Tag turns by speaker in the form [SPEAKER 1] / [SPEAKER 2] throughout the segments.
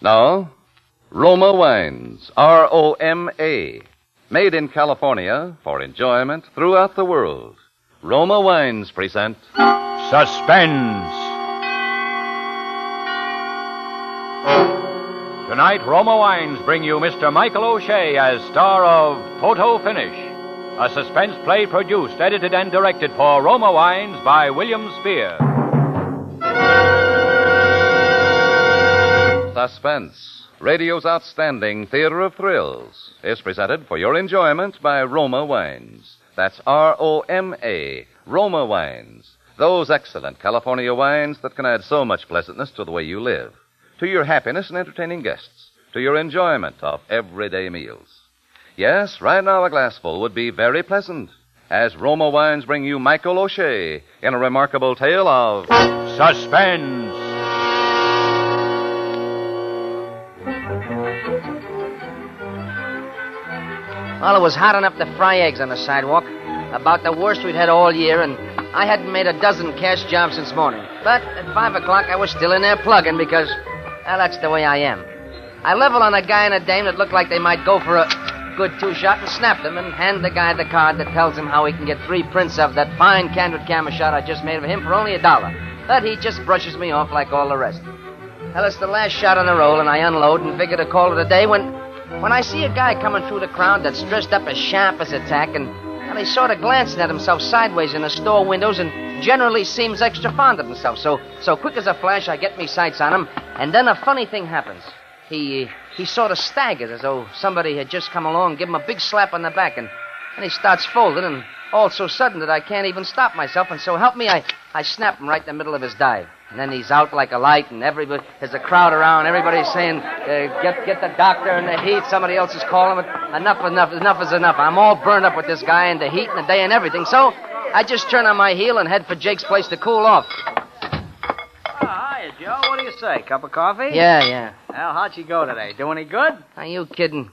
[SPEAKER 1] Now, Roma Wines, R O M A, made in California for enjoyment throughout the world. Roma Wines present
[SPEAKER 2] Suspense. Tonight, Roma Wines bring you Mr. Michael O'Shea as star of Photo Finish, a suspense play produced, edited, and directed for Roma Wines by William Spear.
[SPEAKER 1] Suspense, radio's outstanding theater of thrills, is presented for your enjoyment by Roma Wines. That's R O M A, Roma Wines. Those excellent California wines that can add so much pleasantness to the way you live, to your happiness in entertaining guests, to your enjoyment of everyday meals. Yes, right now a glassful would be very pleasant as Roma Wines bring you Michael O'Shea in a remarkable tale of.
[SPEAKER 2] Suspense.
[SPEAKER 3] Well, it was hot enough to fry eggs on the sidewalk. About the worst we'd had all year, and I hadn't made a dozen cash jobs since morning. But at 5 o'clock, I was still in there plugging because, well, that's the way I am. I leveled on a guy and a dame that looked like they might go for a good two shot and snapped them and hand the guy the card that tells him how he can get three prints of that fine candid camera shot I just made of him for only a dollar. But he just brushes me off like all the rest. Well, it's the last shot on the roll, and I unload and figure to call it a day when when I see a guy coming through the crowd that's dressed up as sharp as a tack, and, and he's sort of glancing at himself sideways in the store windows and generally seems extra fond of himself. So, so quick as a flash, I get me sights on him, and then a funny thing happens. He, he sort of staggers as though somebody had just come along, give him a big slap on the back, and, and he starts folding, and all so sudden that I can't even stop myself, and so help me, I, I snap him right in the middle of his dive. And then he's out like a light, and everybody there's a crowd around. Everybody's saying, uh, "Get, get the doctor and the heat." Somebody else is calling, but enough, enough, enough is enough. I'm all burned up with this guy and the heat and the day and everything. So I just turn on my heel and head for Jake's place to cool off.
[SPEAKER 4] Oh, hiya, Joe. What do you say? Cup of coffee?
[SPEAKER 3] Yeah, yeah.
[SPEAKER 4] Well, how'd she go today? Do any good?
[SPEAKER 3] Are you kidding?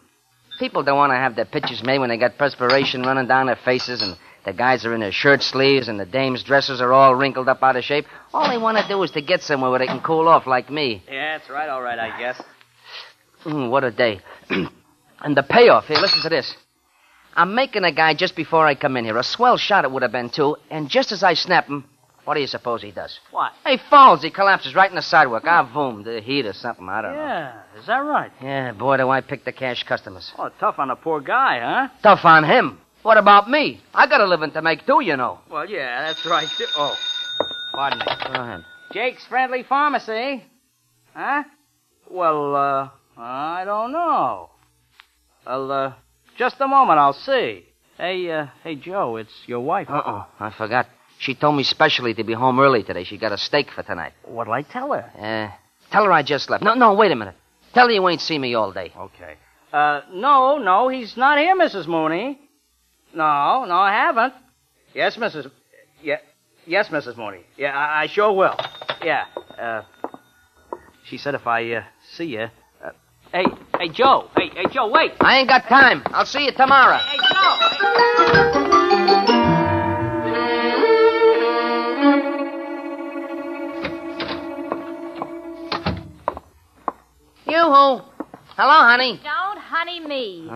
[SPEAKER 3] People don't want to have their pictures made when they got perspiration running down their faces and the guys are in their shirt sleeves and the dames' dresses are all wrinkled up out of shape. All they want to do is to get somewhere where they can cool off like me.
[SPEAKER 4] Yeah, it's right, all right, I guess.
[SPEAKER 3] Mm, what a day. and the payoff here, listen to this. I'm making a guy just before I come in here. A swell shot it would have been, too. And just as I snap him, what do you suppose he does?
[SPEAKER 4] What?
[SPEAKER 3] He falls. He collapses right in the sidewalk. Ah, boom, the heat or something. I don't know.
[SPEAKER 4] Yeah, is that right?
[SPEAKER 3] Yeah, boy, do I pick the cash customers.
[SPEAKER 4] Oh, tough on the poor guy, huh?
[SPEAKER 3] Tough on him. What about me? I got a living to make, too, you know.
[SPEAKER 4] Well, yeah, that's right. Oh, pardon me.
[SPEAKER 3] Go ahead.
[SPEAKER 4] Jake's Friendly Pharmacy? Huh? Well, uh, I don't know. Well, uh, just a moment, I'll see. Hey, uh, hey, Joe, it's your wife.
[SPEAKER 3] Uh-oh. I forgot. She told me specially to be home early today. She got a steak for tonight.
[SPEAKER 4] What'll I tell her?
[SPEAKER 3] Uh, tell her I just left. No, no, wait a minute. Tell her you ain't seen me all day.
[SPEAKER 4] Okay. Uh, no, no, he's not here, Mrs. Mooney. No, no, I haven't. Yes, Mrs. Yeah, yes, Mrs. Mooney. Yeah, I, I sure will. Yeah. Uh, she said if I uh, see you. Uh, hey, hey, Joe. Hey, hey, Joe, wait.
[SPEAKER 3] I ain't got time. I'll see you tomorrow.
[SPEAKER 4] Hey, Joe. Hey.
[SPEAKER 3] Yoo-hoo. Hello, honey.
[SPEAKER 5] Don't honey me.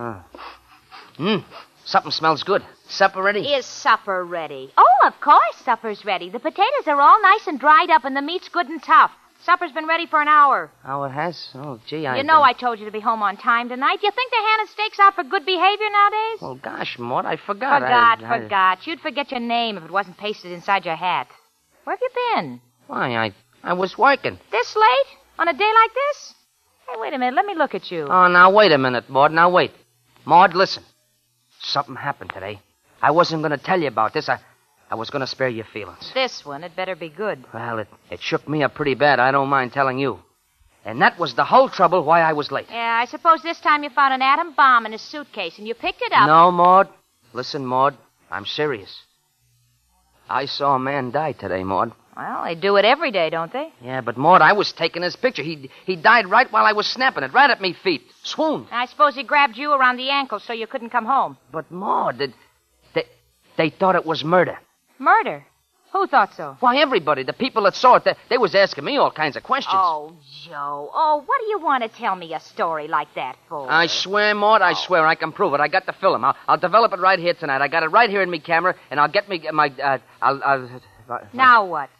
[SPEAKER 3] Hmm. Something smells good. Supper ready?
[SPEAKER 5] Is supper ready? Oh, of course, supper's ready. The potatoes are all nice and dried up, and the meat's good and tough. Supper's been ready for an hour.
[SPEAKER 3] Oh, it has? Oh, gee, I...
[SPEAKER 5] you know I told you to be home on time tonight. You think they're handing steaks out for good behavior nowadays?
[SPEAKER 3] Well, Oh, gosh, Mort, I forgot.
[SPEAKER 5] forgot,
[SPEAKER 3] I, I-
[SPEAKER 5] forgot. You'd forget your name if it wasn't pasted inside your hat. Where have you been?
[SPEAKER 3] Why, I, I was working.
[SPEAKER 5] This late? On a day like this? Hey, wait a minute. Let me look at you.
[SPEAKER 3] Oh, now, wait a minute, Maud. Now, wait. Maud, listen. Something happened today. I wasn't going to tell you about this. I, I was going to spare your feelings.
[SPEAKER 5] This one, it better be good.
[SPEAKER 3] Well, it, it shook me up pretty bad. I don't mind telling you. And that was the whole trouble why I was late.
[SPEAKER 5] Yeah, I suppose this time you found an atom bomb in his suitcase and you picked it up.
[SPEAKER 3] No, Maud. Listen, Maud. I'm serious. I saw a man die today, Maud.
[SPEAKER 5] Well, they do it every day, don't they?
[SPEAKER 3] Yeah, but Maud, I was taking his picture. He he died right while I was snapping it, right at me feet. Swoon.
[SPEAKER 5] I suppose he grabbed you around the ankle so you couldn't come home.
[SPEAKER 3] But Maud, it, they they thought it was murder.
[SPEAKER 5] Murder. Who thought so?
[SPEAKER 3] Why, everybody, the people that saw it, they, they was asking me all kinds of questions.
[SPEAKER 5] Oh, Joe. Oh, what do you want to tell me a story like that for?
[SPEAKER 3] I swear, Mort,
[SPEAKER 5] Oh.
[SPEAKER 3] I swear I can prove it. I got the film. I'll, I'll develop it right here tonight. I got it right here in me camera, and I'll get me my uh, I'll, I'll my-
[SPEAKER 5] Now what?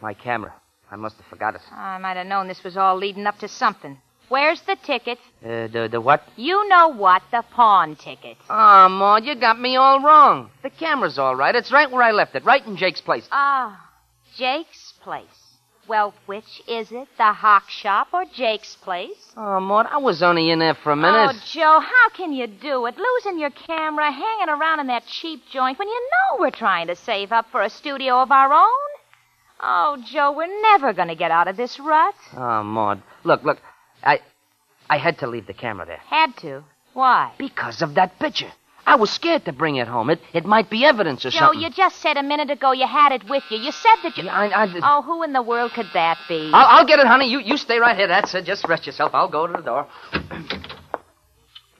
[SPEAKER 3] my camera. I must have forgot it.
[SPEAKER 5] I might have known this was all leading up to something. Where's the ticket?
[SPEAKER 3] Uh, the the what?
[SPEAKER 5] You know what? The pawn ticket.
[SPEAKER 3] Oh, Maud, you got me all wrong. The camera's all right. It's right where I left it, right in Jake's place.
[SPEAKER 5] Ah, Jake's place. Well, which is it? The Hawk Shop or Jake's place?
[SPEAKER 3] Oh, Maud, I was only in there for a
[SPEAKER 5] Oh,
[SPEAKER 3] minute.
[SPEAKER 5] Joe, how can you do it? Losing your camera, hanging around in that cheap joint when you know we're trying to save up for a studio of our own? Oh, Joe, we're never going to get out of this rut.
[SPEAKER 3] Oh, Maud, look, look, I, I had to leave the camera there
[SPEAKER 5] Had to. Why?
[SPEAKER 3] because of that picture. I was scared to bring it home. It it might be evidence or
[SPEAKER 5] Joe,
[SPEAKER 3] something.
[SPEAKER 5] you just said a minute ago you had it with you. You said that you.
[SPEAKER 3] Yeah, Uh, I, I,
[SPEAKER 5] Oh, who in the world could that be?
[SPEAKER 3] I'll, I'll get it, honey. You you stay right here. That's it. Just rest yourself. I'll go to the door.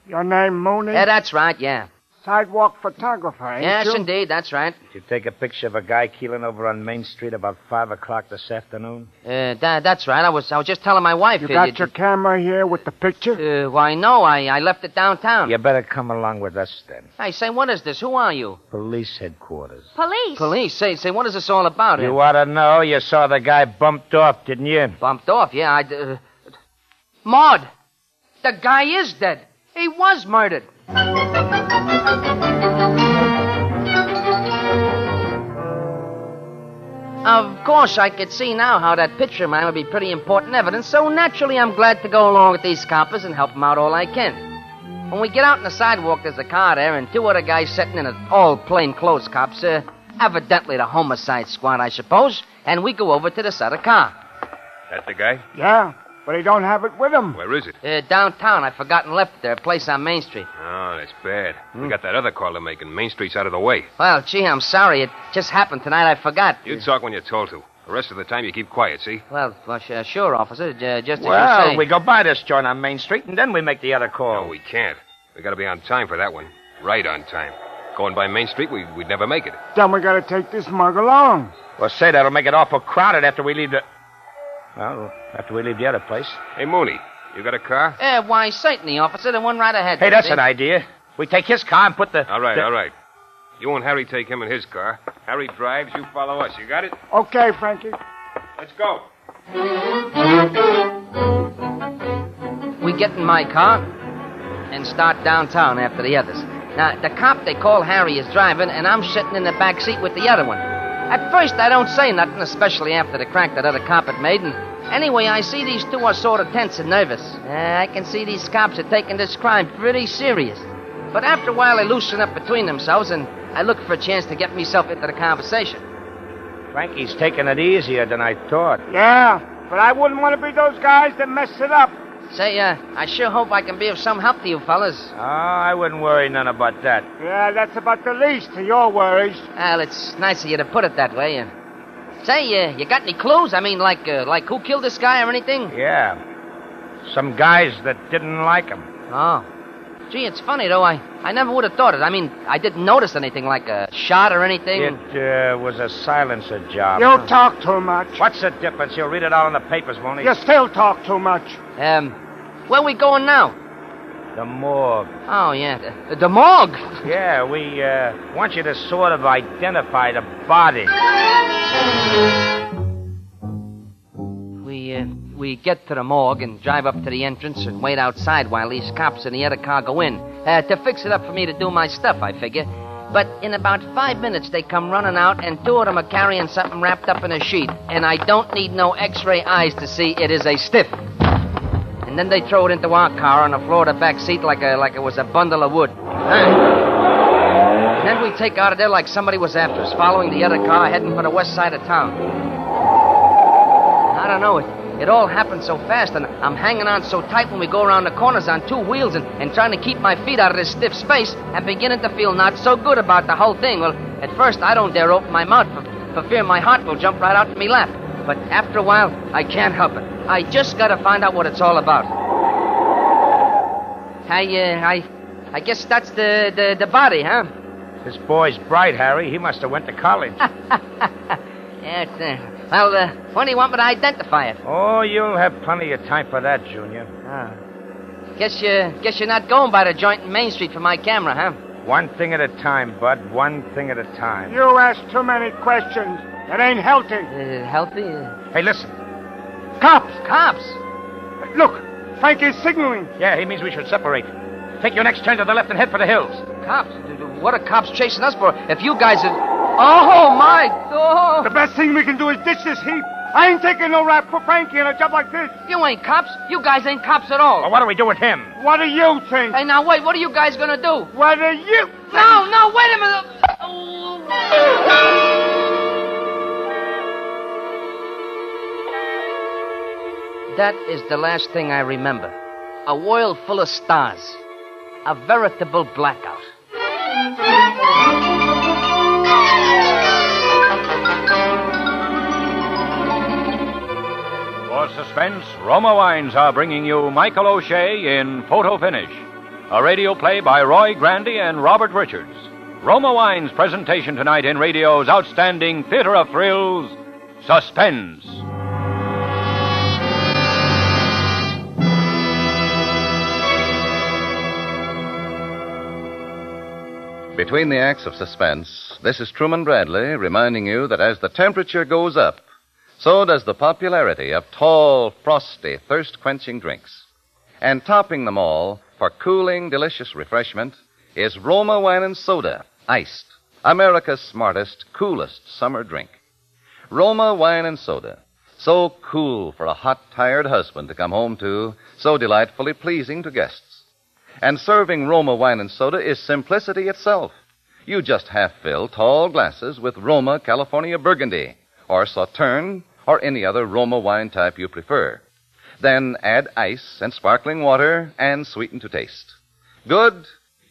[SPEAKER 6] Your name Mooney?
[SPEAKER 3] Yeah, that's right. Yeah.
[SPEAKER 6] Sidewalk photographer, ain't
[SPEAKER 3] Yes,
[SPEAKER 6] you?
[SPEAKER 3] indeed. That's right.
[SPEAKER 7] Did you take a picture of a guy keeling over on Main Street about 5 o'clock this afternoon?
[SPEAKER 3] Uh, that, that's right. I was I was just telling my wife.
[SPEAKER 6] You
[SPEAKER 3] uh,
[SPEAKER 6] got your camera here with the picture?
[SPEAKER 3] Uh, why no? I I left it downtown.
[SPEAKER 7] You better come along with us then.
[SPEAKER 3] Hey, say what is this? Who are you?
[SPEAKER 7] Police headquarters.
[SPEAKER 5] Police.
[SPEAKER 3] Police. Say say what is this all about?
[SPEAKER 7] You ought to know you saw the guy bumped off, didn't you?
[SPEAKER 3] Bumped off. Yeah, I. d- Uh... Maud, the guy is dead. He was murdered. Of course, I could see now how that picture of mine would be pretty important evidence, so naturally I'm glad to go along with these coppers and help them out all I can. When we get out on the sidewalk, there's a car there and two other guys sitting in it, all plain clothes cops, uh, evidently the homicide squad, I suppose, and we go over to this other car.
[SPEAKER 1] That the guy?
[SPEAKER 6] Yeah, but he don't have it with him.
[SPEAKER 1] Where is it?
[SPEAKER 3] Uh, downtown, I forgot and left it there, a place on Main Street.
[SPEAKER 8] Oh, that's bad.
[SPEAKER 1] Hmm.
[SPEAKER 8] We got that other call to make, and Main Street's out of the way.
[SPEAKER 3] Well, gee, I'm sorry. It just happened tonight. I forgot.
[SPEAKER 8] You talk when you're told to. The rest of the time, you keep quiet, see?
[SPEAKER 3] Well, well sure, sure, officer. J- just as you say.
[SPEAKER 7] Well, we go by this joint on Main Street, and then we make the other
[SPEAKER 8] No,
[SPEAKER 7] call.
[SPEAKER 8] we can't. We gotta be on time for that one. Right on time. Going by Main Street, we, we'd never make it.
[SPEAKER 6] Then we gotta take this mug along.
[SPEAKER 7] Well, say, that'll make it awful crowded after we leave the... Well, after we leave the other place.
[SPEAKER 8] Hey, Mooney, you got a car?
[SPEAKER 3] Eh, why, certainly, officer. The one right ahead.
[SPEAKER 7] Hey,
[SPEAKER 3] you
[SPEAKER 7] that's
[SPEAKER 3] see.
[SPEAKER 7] an idea. We take his car and put the...
[SPEAKER 8] All right,
[SPEAKER 7] the-
[SPEAKER 8] all right. You and Harry take him in his car. Harry drives, you follow us. You got it?
[SPEAKER 6] Okay, Frankie.
[SPEAKER 8] Let's go.
[SPEAKER 3] We get in my car and start downtown after the others. Now, the cop they call Harry is driving, and I'm sitting in the back seat with the other one. At first, I don't say nothing, especially after the crack that other cop had made, and anyway, I see these two are sort of tense and nervous. Uh, I can see these cops are taking this crime pretty serious. But after a while, they loosen up between themselves, and I look for a chance to get myself into the conversation.
[SPEAKER 7] Frankie's taking it easier than I thought.
[SPEAKER 6] Yeah, but I wouldn't want to be those guys that mess it up.
[SPEAKER 3] Say, uh, I sure hope I can be of some help to you fellas.
[SPEAKER 7] Oh, I wouldn't worry none about that.
[SPEAKER 6] Yeah, that's about the least of your worries.
[SPEAKER 3] Well, it's nice of you to put it that way. Uh, say, uh, you got any clues? I mean, like, uh, like who killed this guy or anything?
[SPEAKER 7] Yeah. Some guys that didn't like him.
[SPEAKER 3] Oh. Gee, it's funny, though. I, I never would have thought it. I mean, I didn't notice anything like a shot or anything.
[SPEAKER 7] It uh, was a silencer job.
[SPEAKER 6] You talk too much.
[SPEAKER 7] What's the difference? You'll read it out in the papers, won't you?
[SPEAKER 6] You still talk too much.
[SPEAKER 3] Um, where we going now?
[SPEAKER 7] The morgue.
[SPEAKER 3] Oh, yeah. The, the morgue.
[SPEAKER 7] Yeah, we uh, want you to sort of identify the body.
[SPEAKER 3] We, uh, we get to the morgue and drive up to the entrance and wait outside while these cops and the other car go in uh, to fix it up for me to do my stuff, I figure. But in about five minutes, they come running out, and two of them are carrying something wrapped up in a sheet. And I don't need no x ray eyes to see it is a stiff. And then they throw it into our car on the floor of the back seat like, a, like it was a bundle of wood. And then we take out of there like somebody was after us, following the other car heading for the west side of town. I don't know. It, it all happened so fast, and I'm hanging on so tight when we go around the corners on two wheels and, and trying to keep my feet out of this stiff space and beginning to feel not so good about the whole thing. Well, at first, I don't dare open my mouth for, for fear my heart will jump right out to me lap. But after a while, I can't help it. I just gotta find out what it's all about. I, uh, I, I guess that's the, the, the body, huh?
[SPEAKER 7] This boy's bright, Harry. He must have went to college.
[SPEAKER 3] Yeah, it's, uh, well, uh, when do you want me to identify it?
[SPEAKER 7] Oh, you'll have plenty of time for that, Junior.
[SPEAKER 3] Ah. Guess you guess you're not going by the joint in Main Street for my camera, huh?
[SPEAKER 7] One thing at a time, Bud. One thing at a time.
[SPEAKER 6] You ask too many questions. It ain't healthy.
[SPEAKER 3] Uh, healthy? Uh,
[SPEAKER 7] Hey, listen.
[SPEAKER 6] Cops,
[SPEAKER 3] cops?
[SPEAKER 6] look. Frankie's signaling.
[SPEAKER 7] Yeah, he means we should separate. Take your next turn to the left and head for the hills.
[SPEAKER 3] Cops? D- d- What are cops chasing us for? If you guys are. Oh my!
[SPEAKER 6] The
[SPEAKER 3] Oh,
[SPEAKER 6] best thing we can do is ditch this heap. I ain't taking no rap for Frankie in a job like this.
[SPEAKER 3] you ain't cops. You guys ain't cops at all.
[SPEAKER 7] Well, what do we do with him?
[SPEAKER 6] What do you think?
[SPEAKER 3] Hey, now wait. What are you guys gonna do?
[SPEAKER 6] What do you?
[SPEAKER 3] No, no, wait a minute. That is the last thing I remember. A world full of stars. A veritable blackout.
[SPEAKER 2] For suspense, Roma Wines are bringing you Michael O'Shea in Photo Finish, a radio play by Roy Grandy and Robert Richards. Roma Wines' presentation tonight in radio's outstanding theater of thrills, Suspense.
[SPEAKER 1] Between the acts of suspense, this is Truman Bradley reminding you that as the temperature goes up, so does the popularity of tall, frosty, thirst quenching drinks. And topping them all for cooling, delicious refreshment is Roma Wine and Soda, iced, America's smartest, coolest summer drink. Roma Wine and Soda, so cool for a hot, tired husband to come home to, so delightfully pleasing to guests. And serving Roma wine and soda is simplicity itself. You just half fill tall glasses with Roma California Burgundy, or Sauterne, or any other Roma wine type you prefer. Then add ice and sparkling water and sweeten to taste. Good,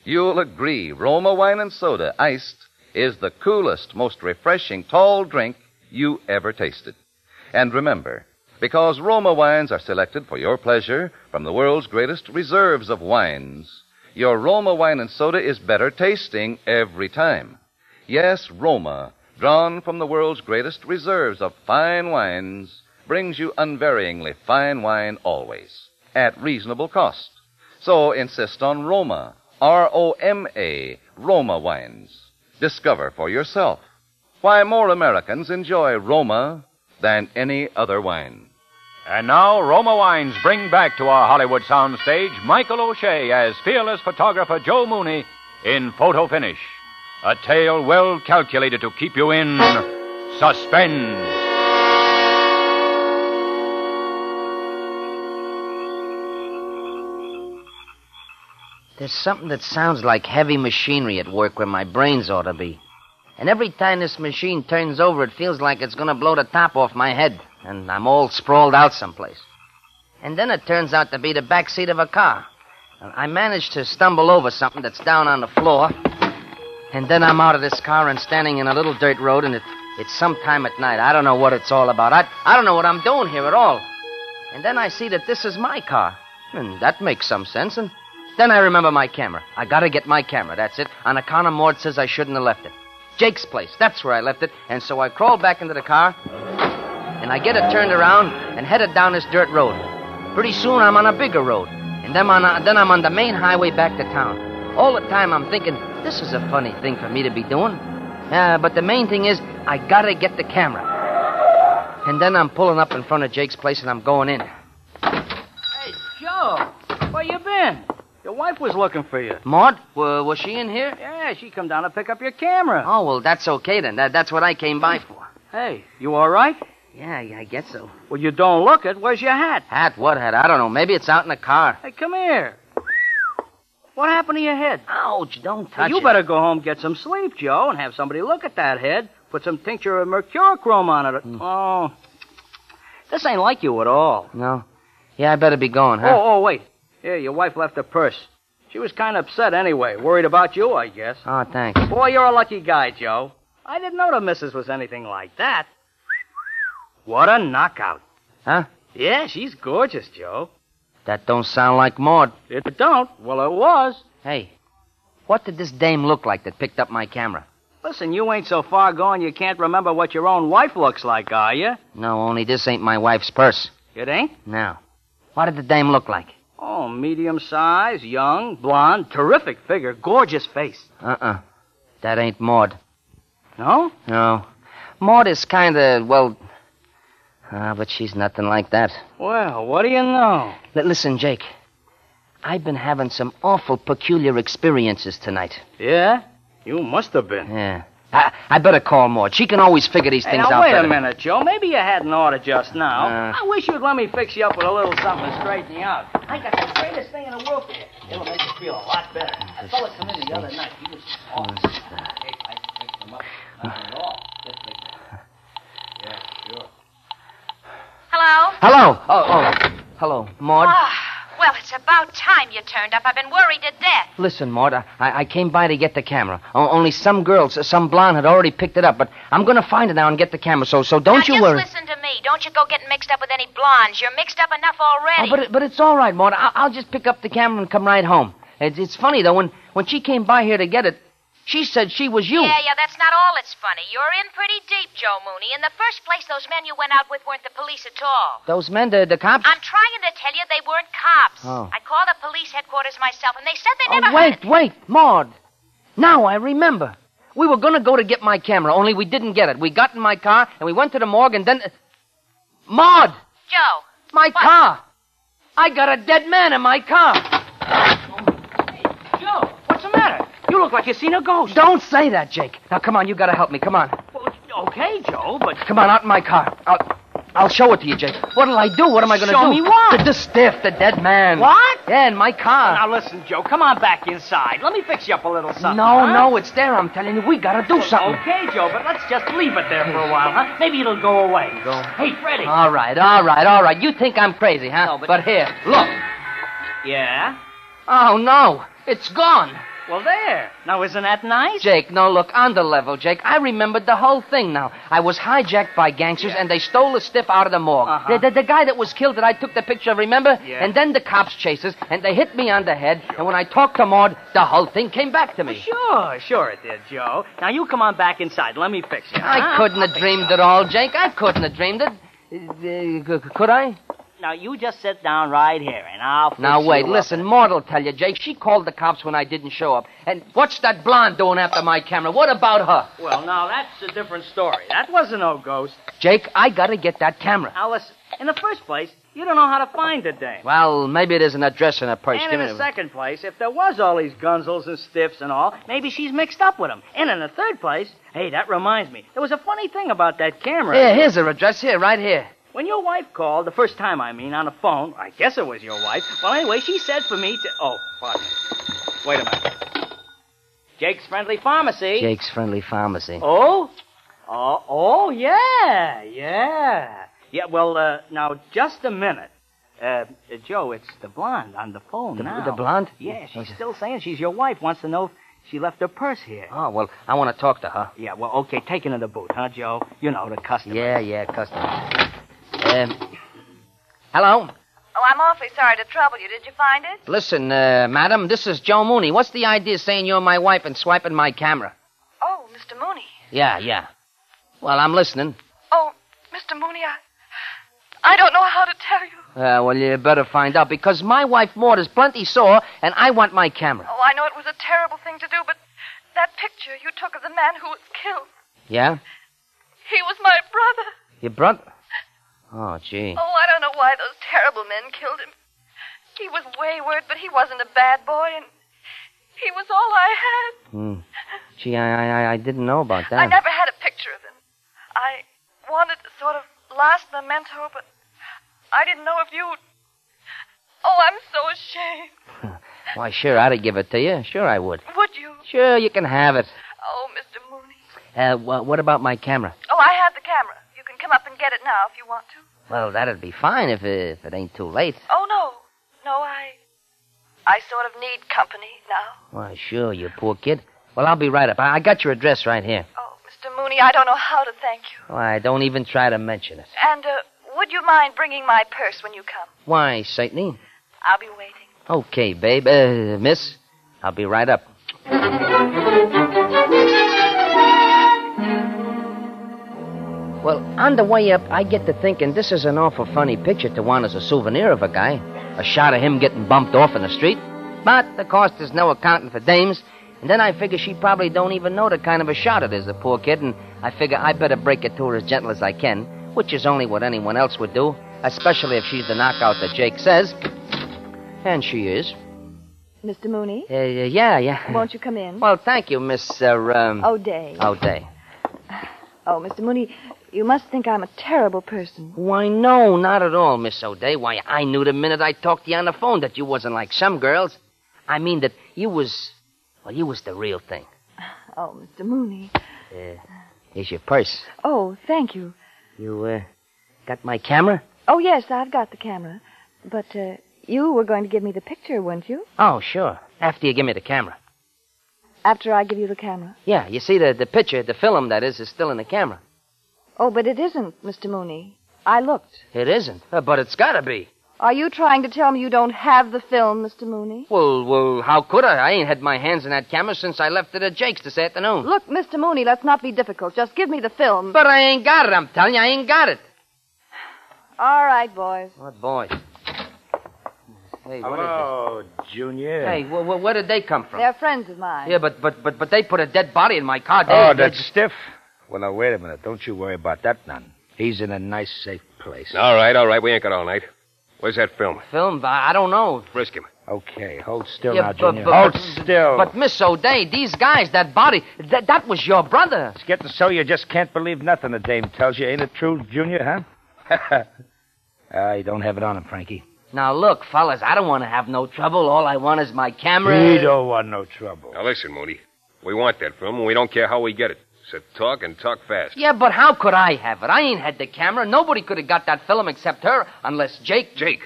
[SPEAKER 1] you'll agree Roma wine and soda, iced, is the coolest, most refreshing tall drink you ever tasted. And remember, because Roma wines are selected for your pleasure from the world's greatest reserves of wines, your Roma wine and soda is better tasting every time. Yes, Roma, drawn from the world's greatest reserves of fine wines, brings you unvaryingly fine wine always, at reasonable cost. So insist on Roma, R O M A, Roma wines. Discover for yourself why more Americans enjoy Roma than any other wine.
[SPEAKER 2] And now, Roma Wines bring back to our Hollywood soundstage Michael O'Shea as fearless photographer Joe Mooney in Photo Finish, a tale well calculated to keep you in suspense.
[SPEAKER 3] There's something that sounds like heavy machinery at work where my brains ought to be. And every time this machine turns over, it feels like it's going to blow the top off my head, and I'm all sprawled out someplace. And then it turns out to be the back seat of a car. And I manage to stumble over something that's down on the floor, and then I'm out of this car and standing in a little dirt road, and it, it's sometime at night. I don't know what it's all about. I, I don't know what I'm doing here at all. And then I see that this is my car, and that makes some sense, and then I remember my camera. I gotta get my camera, that's it. On account of Mort says I shouldn't have left it. Jake's place, that's where I left it, and so I crawl back into the car, and I get it turned around and headed down this dirt road. Pretty soon I'm on a bigger road, and then I'm on, then I'm on the main highway back to town. All the time I'm thinking, this is a funny thing for me to be doing. Uh, but the main thing is, I gotta get the camera. And then I'm pulling up in front of Jake's place and I'm going in.
[SPEAKER 4] Hey, Joe, where you been? Your wife was looking for you.
[SPEAKER 3] Maud, wa- was she in here?
[SPEAKER 4] Yeah, she come down to pick up your camera.
[SPEAKER 3] Oh, well, that's okay then. That, that's what I came by for.
[SPEAKER 4] Hey, you all right?
[SPEAKER 3] Yeah, yeah, I guess so.
[SPEAKER 4] Well, you don't look it. Where's your hat?
[SPEAKER 3] Hat, what hat? I don't know. Maybe it's out in the car.
[SPEAKER 4] Hey, come here. What happened to your head?
[SPEAKER 3] Ouch, don't touch
[SPEAKER 4] you
[SPEAKER 3] it.
[SPEAKER 4] better go home get some sleep, Joe, and have somebody look at that head. Put some tincture of mercurochrome on it. Oh, this ain't like you at all.
[SPEAKER 3] No. Yeah, I better be going, huh?
[SPEAKER 4] Oh, oh, wait. Here, your wife left a purse. She was kind of upset anyway. Worried about you, I guess.
[SPEAKER 3] Oh, thanks.
[SPEAKER 4] Boy, you're a lucky guy, Joe. I didn't know the missus was anything like that. What a knockout.
[SPEAKER 3] Huh?
[SPEAKER 4] Yeah, she's gorgeous, Joe.
[SPEAKER 3] That don't sound like Maud.
[SPEAKER 4] It don't. Well, it was.
[SPEAKER 3] Hey, what did this dame look like that picked up my camera?
[SPEAKER 4] Listen, you ain't so far gone you can't remember what your own wife looks like, are you?
[SPEAKER 3] No, only this ain't my wife's purse.
[SPEAKER 4] It ain't?
[SPEAKER 3] No. What did the dame look like?
[SPEAKER 4] Oh, medium size, young, blonde, terrific figure, gorgeous face.
[SPEAKER 3] Uh-uh. That ain't Maud.
[SPEAKER 4] No?
[SPEAKER 3] No. Maud is kind of, well... Ah, but she's nothing like that.
[SPEAKER 4] Well, what do you know?
[SPEAKER 3] L- listen, Jake. I've been having some awful peculiar experiences tonight.
[SPEAKER 4] Yeah? You must have been.
[SPEAKER 3] Yeah. I, I better call Maud. She can always figure these
[SPEAKER 4] Hey,
[SPEAKER 3] things
[SPEAKER 4] now,
[SPEAKER 3] out
[SPEAKER 4] wait
[SPEAKER 3] better.
[SPEAKER 4] a minute, Joe. Maybe you had an order just now.
[SPEAKER 3] Uh.
[SPEAKER 4] I wish you'd let me fix you up with a little something to straighten you out. I got the greatest thing in the world for you. It'll make you feel a lot better. A fella come in the other night. He was awesome. Hey, I picked him up. Not at all. Just like that. Yeah, sure.
[SPEAKER 5] Hello?
[SPEAKER 3] Hello. Oh, oh. Hello, Maud.
[SPEAKER 5] Ah, well, it's about time you turned up. I've been worried to death.
[SPEAKER 3] Listen, Maud, I, I came by to get the camera. O- only some girls, uh, some blonde had already picked it up, but I'm going to find it now and get the camera, so, so don't
[SPEAKER 5] now,
[SPEAKER 3] you
[SPEAKER 5] just
[SPEAKER 3] worry.
[SPEAKER 5] listen to me. Don't you go getting mixed up with any blondes. You're mixed up enough
[SPEAKER 3] Oh,
[SPEAKER 5] already.
[SPEAKER 3] but, it- but it's all right, Maud. I, I'll just pick up the camera and come right home. It's, it's funny, though, when, when she came by here to get it, she said she was you.
[SPEAKER 5] Yeah, yeah, that's not all that's funny. You're in pretty deep, Joe Mooney. In the first place, those men you went out with weren't the police at all.
[SPEAKER 3] Those men, the, the cops?
[SPEAKER 5] I'm trying to tell you they weren't cops.
[SPEAKER 3] Oh.
[SPEAKER 5] I called the police headquarters myself, and they said they
[SPEAKER 3] Oh,
[SPEAKER 5] never heard
[SPEAKER 3] wait,
[SPEAKER 5] of it.
[SPEAKER 3] wait, Maud. Now I remember. We were going to go to get my camera, only we didn't get it. We got in my car, and we went to the morgue, and then... Maud!
[SPEAKER 5] Joe,
[SPEAKER 3] My
[SPEAKER 5] What?
[SPEAKER 3] car. I got a dead man in my car.
[SPEAKER 4] Joe, what's the matter? You look like you seen a ghost.
[SPEAKER 3] Don't say that, Jake. Now, come on, you gotta help me. Come on.
[SPEAKER 4] Well, okay, Joe, but
[SPEAKER 3] Come on, out in my car. I'll, I'll show it to you, Jake. What'll I do? What am I gonna
[SPEAKER 4] Show
[SPEAKER 3] do?
[SPEAKER 4] me what?
[SPEAKER 3] The, the stiff, the dead man.
[SPEAKER 4] What?
[SPEAKER 3] Yeah, in my car.
[SPEAKER 4] Now listen, Joe. Come on back inside. Let me fix you up a little something.
[SPEAKER 3] no,
[SPEAKER 4] huh? Oh,
[SPEAKER 3] no, it's there. I'm telling you, we gotta do something.
[SPEAKER 4] Okay, Joe, but let's just leave it there for a while, huh? Maybe it'll go away.
[SPEAKER 3] Go. Uh.
[SPEAKER 4] Hey, Freddy.
[SPEAKER 3] All right, all right, all right. You think I'm crazy, huh?
[SPEAKER 4] No, but-
[SPEAKER 3] here, look.
[SPEAKER 4] yeah.
[SPEAKER 3] Oh no, it's gone.
[SPEAKER 4] Well, there. Now, isn't that nice?
[SPEAKER 3] Jake, no, look, on the level, Jake. I remembered the whole thing now. I was hijacked by gangsters, and they stole the stiff out of the morgue.
[SPEAKER 4] Uh-huh.
[SPEAKER 3] The, the, the guy that was killed that I took the picture of, remember?
[SPEAKER 4] Yeah.
[SPEAKER 3] And then the cops chased us, and they hit me on the head. And when I talked to Maud, the whole thing came back to
[SPEAKER 4] Oh,
[SPEAKER 3] me.
[SPEAKER 4] Sure, sure it did, Joe. Now you come on back inside. Let me fix you.
[SPEAKER 3] I
[SPEAKER 4] huh?
[SPEAKER 3] couldn't have dreamed it all, Jake. I couldn't have dreamed it. Uh, c- Could I?
[SPEAKER 4] Now you just sit down right here, and I'll. Fix
[SPEAKER 3] Now,
[SPEAKER 4] you
[SPEAKER 3] wait,
[SPEAKER 4] up.
[SPEAKER 3] listen. Maud will tell you, Jake. She called the cops when I didn't show up. And what's that blonde doing after my camera? What about her?
[SPEAKER 4] Well, now that's a different story. That wasn't no ghost.
[SPEAKER 3] Jake, I gotta get that camera.
[SPEAKER 4] Now listen. In the first place, you don't know how to find the dame.
[SPEAKER 3] Well, maybe it isn't a dress and a purse.
[SPEAKER 4] And
[SPEAKER 3] Give
[SPEAKER 4] in
[SPEAKER 3] me
[SPEAKER 4] the second place, if there was all these gunzels and stiffs and all, maybe she's mixed up with them. And in the third place, hey, that reminds me, there was a funny thing about that camera.
[SPEAKER 3] Here, here's her address. Here, right here.
[SPEAKER 4] When your wife called, the first time I mean, on the phone, I guess it was your wife. Well, anyway, she said for me to. Oh, pardon me. Wait a minute. Jake's Friendly Pharmacy.
[SPEAKER 3] Jake's Friendly Pharmacy.
[SPEAKER 4] Oh? Oh, oh, yeah, yeah. Yeah, well, uh, now, just a minute. Uh, uh, Joe, it's the blonde on the phone
[SPEAKER 3] the,
[SPEAKER 4] now.
[SPEAKER 3] the blonde?
[SPEAKER 4] Yeah,
[SPEAKER 3] Oh,
[SPEAKER 4] she's still saying she's your wife. Wants to know if she left her purse here.
[SPEAKER 3] Oh, well, I want to talk to her.
[SPEAKER 4] Yeah, well, okay, take it in the boot, huh, Joe? You know, the customer.
[SPEAKER 3] Yeah, yeah, customer. Um, hello?
[SPEAKER 9] Oh, I'm awfully sorry to trouble you. Did you find it?
[SPEAKER 3] Listen, uh, madam, this is Joe Mooney. What's the idea saying you're my wife and swiping my camera?
[SPEAKER 9] Oh, Mr. Mooney.
[SPEAKER 3] Yeah, yeah. Well, I'm listening.
[SPEAKER 9] Oh, Mr. Mooney, I. I don't know how to tell you.
[SPEAKER 3] Uh, well, you better find out because my wife Maud is plenty sore, and I want my camera.
[SPEAKER 9] Oh, I know it was a terrible thing to do, but that picture you took of the man who was killed,
[SPEAKER 3] Yeah,
[SPEAKER 9] he was my brother.
[SPEAKER 3] you brought. Oh, gee.
[SPEAKER 9] Oh, I don't know why those terrible men killed him. He was wayward, but he wasn't a bad boy, and he was all I had.
[SPEAKER 3] Hmm. Gee, I, I, I didn't know about that.
[SPEAKER 9] I never had a picture of him. I wanted a sort of last memento, but I didn't know if you. Oh, I'm so ashamed.
[SPEAKER 3] Why, sure, I'd have give it to you. Sure, I would.
[SPEAKER 9] Would you?
[SPEAKER 3] Sure, you can have it.
[SPEAKER 9] Oh, Mr. Mooney.
[SPEAKER 3] Uh, wha what about my camera?
[SPEAKER 9] Oh, I have the camera. You can come up and get it now if you want to.
[SPEAKER 3] Well, that'd be fine if it, if it ain't too late.
[SPEAKER 9] Oh, no. No, I. I sort of need company now.
[SPEAKER 3] Why, sure, you poor kid. Well, I'll be right up. I, I got your address right here.
[SPEAKER 9] Oh, Mr. Mooney, I don't know how to thank you.
[SPEAKER 3] Why, don't even try to mention it.
[SPEAKER 9] And, uh, would you mind bringing my purse when you come?
[SPEAKER 3] Why, Satan?
[SPEAKER 9] I'll be waiting.
[SPEAKER 3] Okay, babe. Uh, miss, I'll be right up. Well, on the way up, I get to thinking this is an awful funny picture to want as a souvenir of a guy. A shot of him getting bumped off in the street. But, of course, there's no accounting for dames. And then I figure she probably don't even know the kind of a shot it is, the poor kid. And I figure I better break it to her as gentle as I can, which is only what anyone else would do, especially if she's the knockout that Jake says. And she is.
[SPEAKER 10] Mr. Mooney,
[SPEAKER 3] Uh, yeah, yeah.
[SPEAKER 10] won't you come in?
[SPEAKER 3] Well, thank you, Miss. Uh, um,
[SPEAKER 9] Oh.
[SPEAKER 10] O'Day.
[SPEAKER 3] O'Day.
[SPEAKER 10] Oh, Mr. Mooney, you must think I'm a terrible person.
[SPEAKER 3] Why, no, not at all, Miss O'Day. Why, I knew the minute I talked to you on the phone that you wasn't like some girls. I mean that you was, well, you was the real thing.
[SPEAKER 10] Oh, Mr. Mooney.
[SPEAKER 3] Uh, here's your purse.
[SPEAKER 10] Oh, thank you.
[SPEAKER 3] You, uh, got my camera?
[SPEAKER 10] Oh, yes, I've got the camera. But uh, you were going to give me the picture, weren't you?
[SPEAKER 3] Oh, sure. After you give me the camera.
[SPEAKER 10] After I give you the camera.
[SPEAKER 3] Yeah, you see, the, the picture, the film, that is, is still in the camera.
[SPEAKER 10] Oh, but it isn't, Mr. Mooney. I looked.
[SPEAKER 3] It isn't, Uh, but it's gotta be.
[SPEAKER 10] Are you trying to tell me you don't have the film, Mr. Mooney?
[SPEAKER 3] Well, well, how could I? I ain't had my hands in that camera since I left it at Jake's this afternoon.
[SPEAKER 10] Look, Mr. Mooney, let's not be difficult. Just give me the film.
[SPEAKER 3] But I ain't got it, I'm telling you, I ain't got it.
[SPEAKER 10] All right, boys.
[SPEAKER 3] What boy? Hey, what is this?
[SPEAKER 7] Hello, Junior.
[SPEAKER 3] Hey, wh- wh- where did they come from?
[SPEAKER 10] They're friends of mine.
[SPEAKER 3] Yeah, but but but but they put a dead body in my car. They,
[SPEAKER 7] Oh,
[SPEAKER 3] they-
[SPEAKER 7] that stiff? Well, now, wait a minute. Don't you worry about that none. He's in a nice, safe place.
[SPEAKER 8] All right, all right. We ain't got all night. Where's that film?
[SPEAKER 3] film. but I don't know.
[SPEAKER 8] Frisk him.
[SPEAKER 7] Okay, hold still
[SPEAKER 3] Yeah,
[SPEAKER 7] now,
[SPEAKER 3] but-
[SPEAKER 7] Junior.
[SPEAKER 3] but-
[SPEAKER 7] hold
[SPEAKER 3] but-
[SPEAKER 7] still.
[SPEAKER 3] But Miss O'Day, these guys, that body, that that was your brother.
[SPEAKER 7] It's getting so you just can't believe nothing the dame tells you. Ain't it true, Junior, huh? Ah, you don't have it on him, Frankie.
[SPEAKER 3] Now look, fellas, I don't want to have no trouble. All I want is my camera.
[SPEAKER 7] We don't want no trouble.
[SPEAKER 8] Now listen, Mooney. We want that film, and we don't care how we get it. So talk and talk fast.
[SPEAKER 3] Yeah, but how could I have it? I ain't had the camera. Nobody could have got that film except her, unless Jake.
[SPEAKER 8] Jake,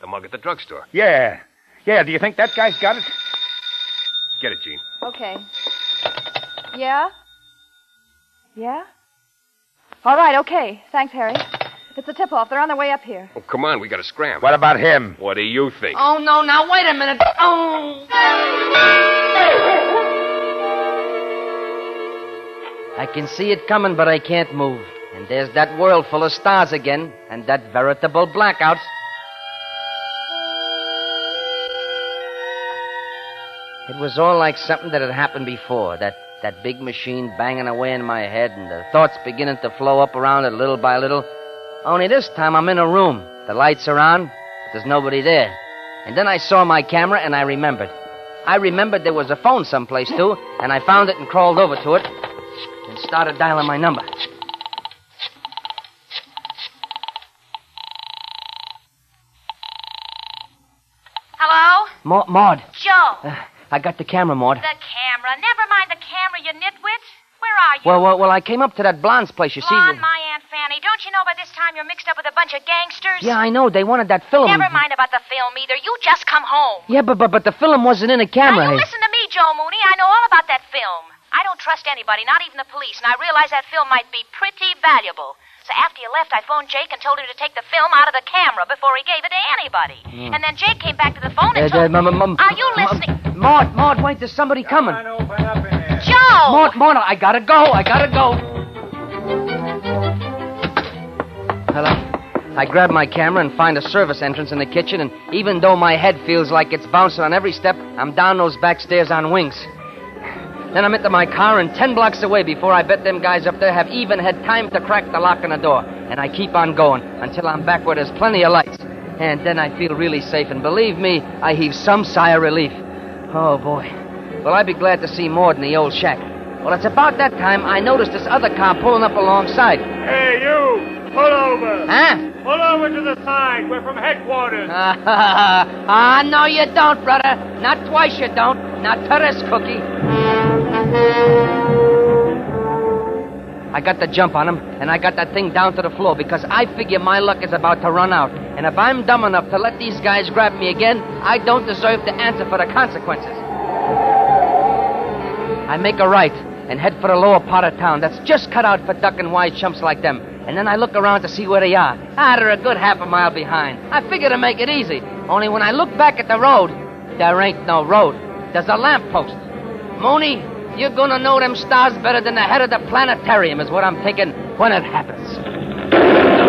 [SPEAKER 8] the mug at the drugstore.
[SPEAKER 7] Yeah. Yeah, do you think that guy's got it?
[SPEAKER 8] Get it, Gene.
[SPEAKER 10] Okay. Yeah? Yeah? All right, okay. Thanks, Harry. It's a tip off. They're on their way up here.
[SPEAKER 8] Oh, come on, we got to scram.
[SPEAKER 7] What about him?
[SPEAKER 8] What do you think?
[SPEAKER 3] Oh no! Now wait a minute. Oh. I can see it coming, but I can't move. And there's that world full of stars again, and that veritable blackout. It was all like something that had happened before. That that big machine banging away in my head, and the thoughts beginning to flow up around it little by little. Only this time I'm in a room. The lights are on, but there's nobody there. And then I saw my camera and I remembered. I remembered there was a phone someplace too, and I found it and crawled over to it and started dialing my number.
[SPEAKER 5] Hello?
[SPEAKER 3] Ma- Maud, Uh.
[SPEAKER 5] Joe.
[SPEAKER 3] I got the camera, Maud.
[SPEAKER 5] The camera. Never mind the camera, you nitwits. Where are you?
[SPEAKER 3] Well, well, well, I came up to that blonde's place, you see.
[SPEAKER 5] Blonde, my Aunt Fanny. Don't you know by this time you're mixed up with a bunch of gangsters?
[SPEAKER 3] Yeah, I know. They wanted that film.
[SPEAKER 5] Never mind about the film either. You just come home.
[SPEAKER 3] Yeah, but, but, but the film wasn't in a camera.
[SPEAKER 5] Now, you listen to me, Joe Mooney. I know all about that film. I don't trust anybody, not even the police, and I realize that film might be pretty valuable. So after you left, I phoned Jake and told him to take the film out of the camera before he gave it to anybody. And then Jake came back to the phone
[SPEAKER 3] Hmm. Uh,
[SPEAKER 5] and
[SPEAKER 3] uh,
[SPEAKER 5] told
[SPEAKER 3] mum, mum, mum,
[SPEAKER 5] Are you listening?
[SPEAKER 3] mum, Maud, Maud, wait, there's somebody coming.
[SPEAKER 7] open up in here.
[SPEAKER 5] Joe!
[SPEAKER 3] Maud, Maud, I gotta go. I gotta go. Hello. I grab my camera and find a service entrance in the kitchen, and even though my head feels like it's bouncing on every step, I'm down those back stairs on wings. Then I'm into my car and ten blocks away before I bet them guys up there have even had time to crack the lock on the door. And I keep on going until I'm back where there's plenty of lights. And then I feel really safe, and believe me, I heave some sigh of relief. Oh, boy. Well, I'd be glad to see more than the old shack. Well, it's about that time I noticed this other car pulling up alongside.
[SPEAKER 6] Hey, you! Pull over!
[SPEAKER 3] Huh?
[SPEAKER 6] Pull over to the side. We're from headquarters.
[SPEAKER 3] Ah, no, you don't, brother. Not twice you don't. Not to this cookie. I got the jump on him, and I got that thing down to the floor because I figure my luck is about to run out. And if I'm dumb enough to let these guys grab me again, I don't deserve to answer for the consequences. I make a right and head for the lower part of town that's just cut out for ducking wise chumps like them. And then I look around to see where they are. Ah, they're a good half a mile behind. I figure to make it easy. Only when I look back at the road, there ain't no road. There's a lamppost. Mooney, you're gonna know them stars better than the head of the planetarium, is what I'm thinking. when it happens.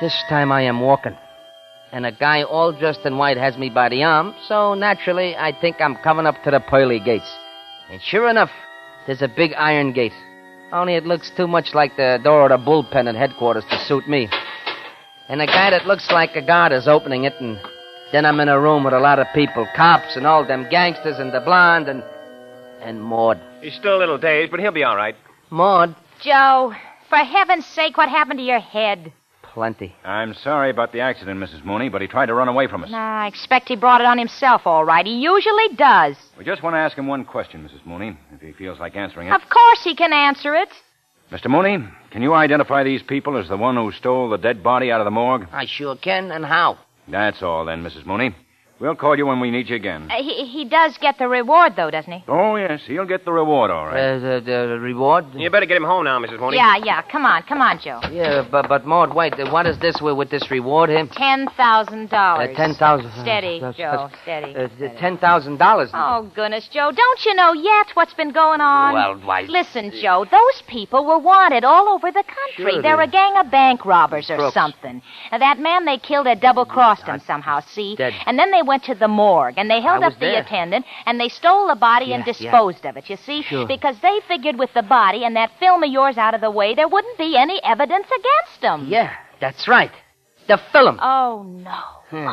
[SPEAKER 3] This time I am walking. And a guy all dressed in white has me by the arm, so naturally I think I'm coming up to the pearly gates. And sure enough, there's a big iron gate. Only it looks too much like the door of the bullpen at headquarters to suit me. And a guy that looks like a guard is opening it, and then I'm in a room with a lot of people cops and all them gangsters and the blonde and. and Maud.
[SPEAKER 11] He's still a little dazed, but he'll be all right.
[SPEAKER 3] Maud,
[SPEAKER 5] Joe, for heaven's sake, what happened to your head?
[SPEAKER 3] plenty.
[SPEAKER 2] I'm sorry about the accident, Mrs. Mooney, but he tried to run away from us.
[SPEAKER 5] Nah, I expect he brought it on himself, all right. He usually does.
[SPEAKER 2] We just want to ask him one question, Mrs. Mooney, if he feels like answering it.
[SPEAKER 5] Of course he can answer it.
[SPEAKER 2] Mr. Mooney, can you identify these people as the one who stole the dead body out of the morgue?
[SPEAKER 3] I sure can, and how?
[SPEAKER 2] That's all then, Mrs. Mooney. We'll call you when we need you again.
[SPEAKER 5] Uh, he, he does get the reward, though, doesn't he?
[SPEAKER 2] Oh, yes, he'll get the reward, all right.
[SPEAKER 3] Uh, the, the reward?
[SPEAKER 11] You better get him home now, Mrs. Mooney.
[SPEAKER 5] Yeah, yeah. Come on, come on, Joe.
[SPEAKER 3] Yeah, but, but Maud, wait, uh, what is this with, with this reward here?
[SPEAKER 5] Ten thousand dollars.
[SPEAKER 3] Uh, $10,000.
[SPEAKER 5] Steady,
[SPEAKER 3] That's-
[SPEAKER 5] Joe. Steady.
[SPEAKER 3] Uh, the $10,000.
[SPEAKER 5] Oh goodness, Joe! Don't you know yet what's been going on?
[SPEAKER 3] Well, why-
[SPEAKER 5] Listen, Joe. Those people were wanted all over the country.
[SPEAKER 3] Sure
[SPEAKER 5] They're
[SPEAKER 3] they-
[SPEAKER 5] a gang of bank robbers or
[SPEAKER 3] Crooks.
[SPEAKER 5] something. Now, that man they killed had double-crossed him somehow. See?
[SPEAKER 3] Dead.
[SPEAKER 5] And then they went to the morgue and they held
[SPEAKER 3] I
[SPEAKER 5] up
[SPEAKER 3] was
[SPEAKER 5] the
[SPEAKER 3] there.
[SPEAKER 5] attendant and they stole the body and
[SPEAKER 3] Yeah, yeah.
[SPEAKER 5] disposed of it. You see?
[SPEAKER 3] Sure.
[SPEAKER 5] Because they figured with the body and that film of yours out of the way, there wouldn't be any evidence against them.
[SPEAKER 3] Yeah, that's right. The film.
[SPEAKER 5] Oh no.
[SPEAKER 3] Hmm.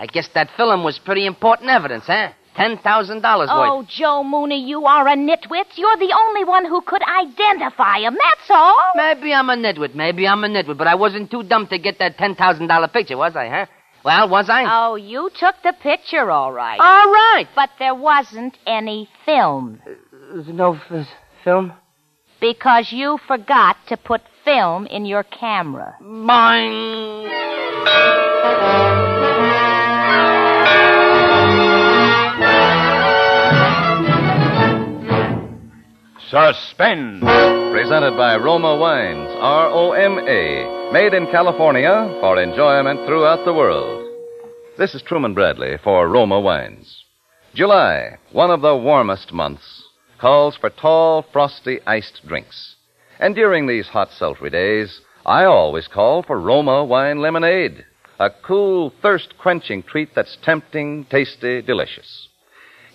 [SPEAKER 3] I guess that film was pretty important evidence, huh? $10,000 worth.
[SPEAKER 5] Oh, Joe Mooney, you are a nitwit. You're the only one who could identify him, that's all.
[SPEAKER 3] Maybe I'm a nitwit. Maybe I'm a nitwit, but I wasn't too dumb to get that ten thousand dollar picture, was I? Huh? Well, was I?
[SPEAKER 5] Oh, you took the picture, all right.
[SPEAKER 3] All right. Uh,
[SPEAKER 5] But there wasn't any film
[SPEAKER 3] No film.
[SPEAKER 5] because you forgot to put film in your camera.
[SPEAKER 3] Mine.
[SPEAKER 2] Suspense.
[SPEAKER 1] Presented by Roma Wines, R O M A, made in California for enjoyment throughout the world. This is Truman Bradley for Roma Wines. July, one of the warmest months, calls for tall, frosty, iced drinks. And during these hot, sultry days, I always call for Roma Wine Lemonade, a cool, thirst quenching treat that's tempting, tasty, delicious.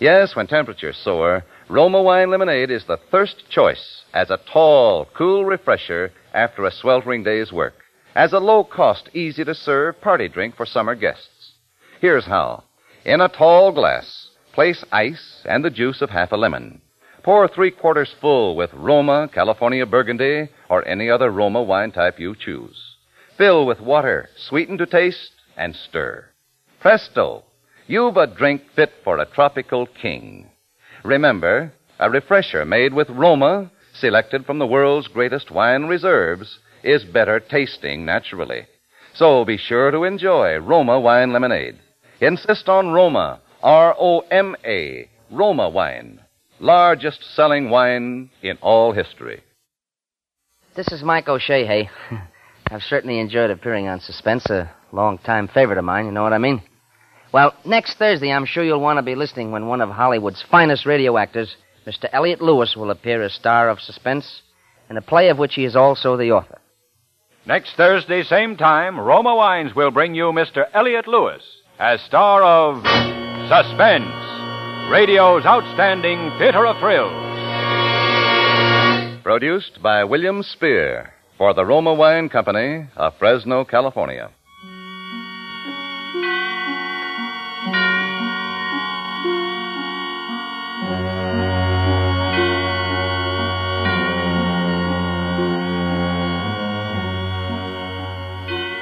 [SPEAKER 1] Yes, when temperatures soar, Roma wine lemonade is the thirst choice as a tall, cool refresher after a sweltering day's work, as a low cost, easy to serve party drink for summer guests. Here's how. In a tall glass, place ice and the juice of half a lemon. Pour three quarters full with Roma, California Burgundy, or any other Roma wine type you choose. Fill with water, sweeten to taste, and stir. Presto! You've a drink fit for a tropical king. Remember, a refresher made with Roma, selected from the world's greatest wine reserves, is better tasting naturally. So be sure to enjoy Roma wine lemonade. Insist on Roma, R O M A, Roma wine, largest selling wine in all history.
[SPEAKER 3] This is Mike O'Shea. Hey, I've certainly enjoyed appearing on Suspense, a long-time favorite of mine. You know what I mean? Well, next Thursday, I'm sure you'll want to be listening when one of Hollywood's finest radio actors, Mr. Elliot Lewis, will appear as star of Suspense, in a play of which he is also the author.
[SPEAKER 2] Next Thursday, same time, Roma Wines will bring you Mr. Elliot Lewis as star of Suspense, radio's outstanding theater of thrills.
[SPEAKER 1] Produced by William Spear for the Roma Wine Company of Fresno, California.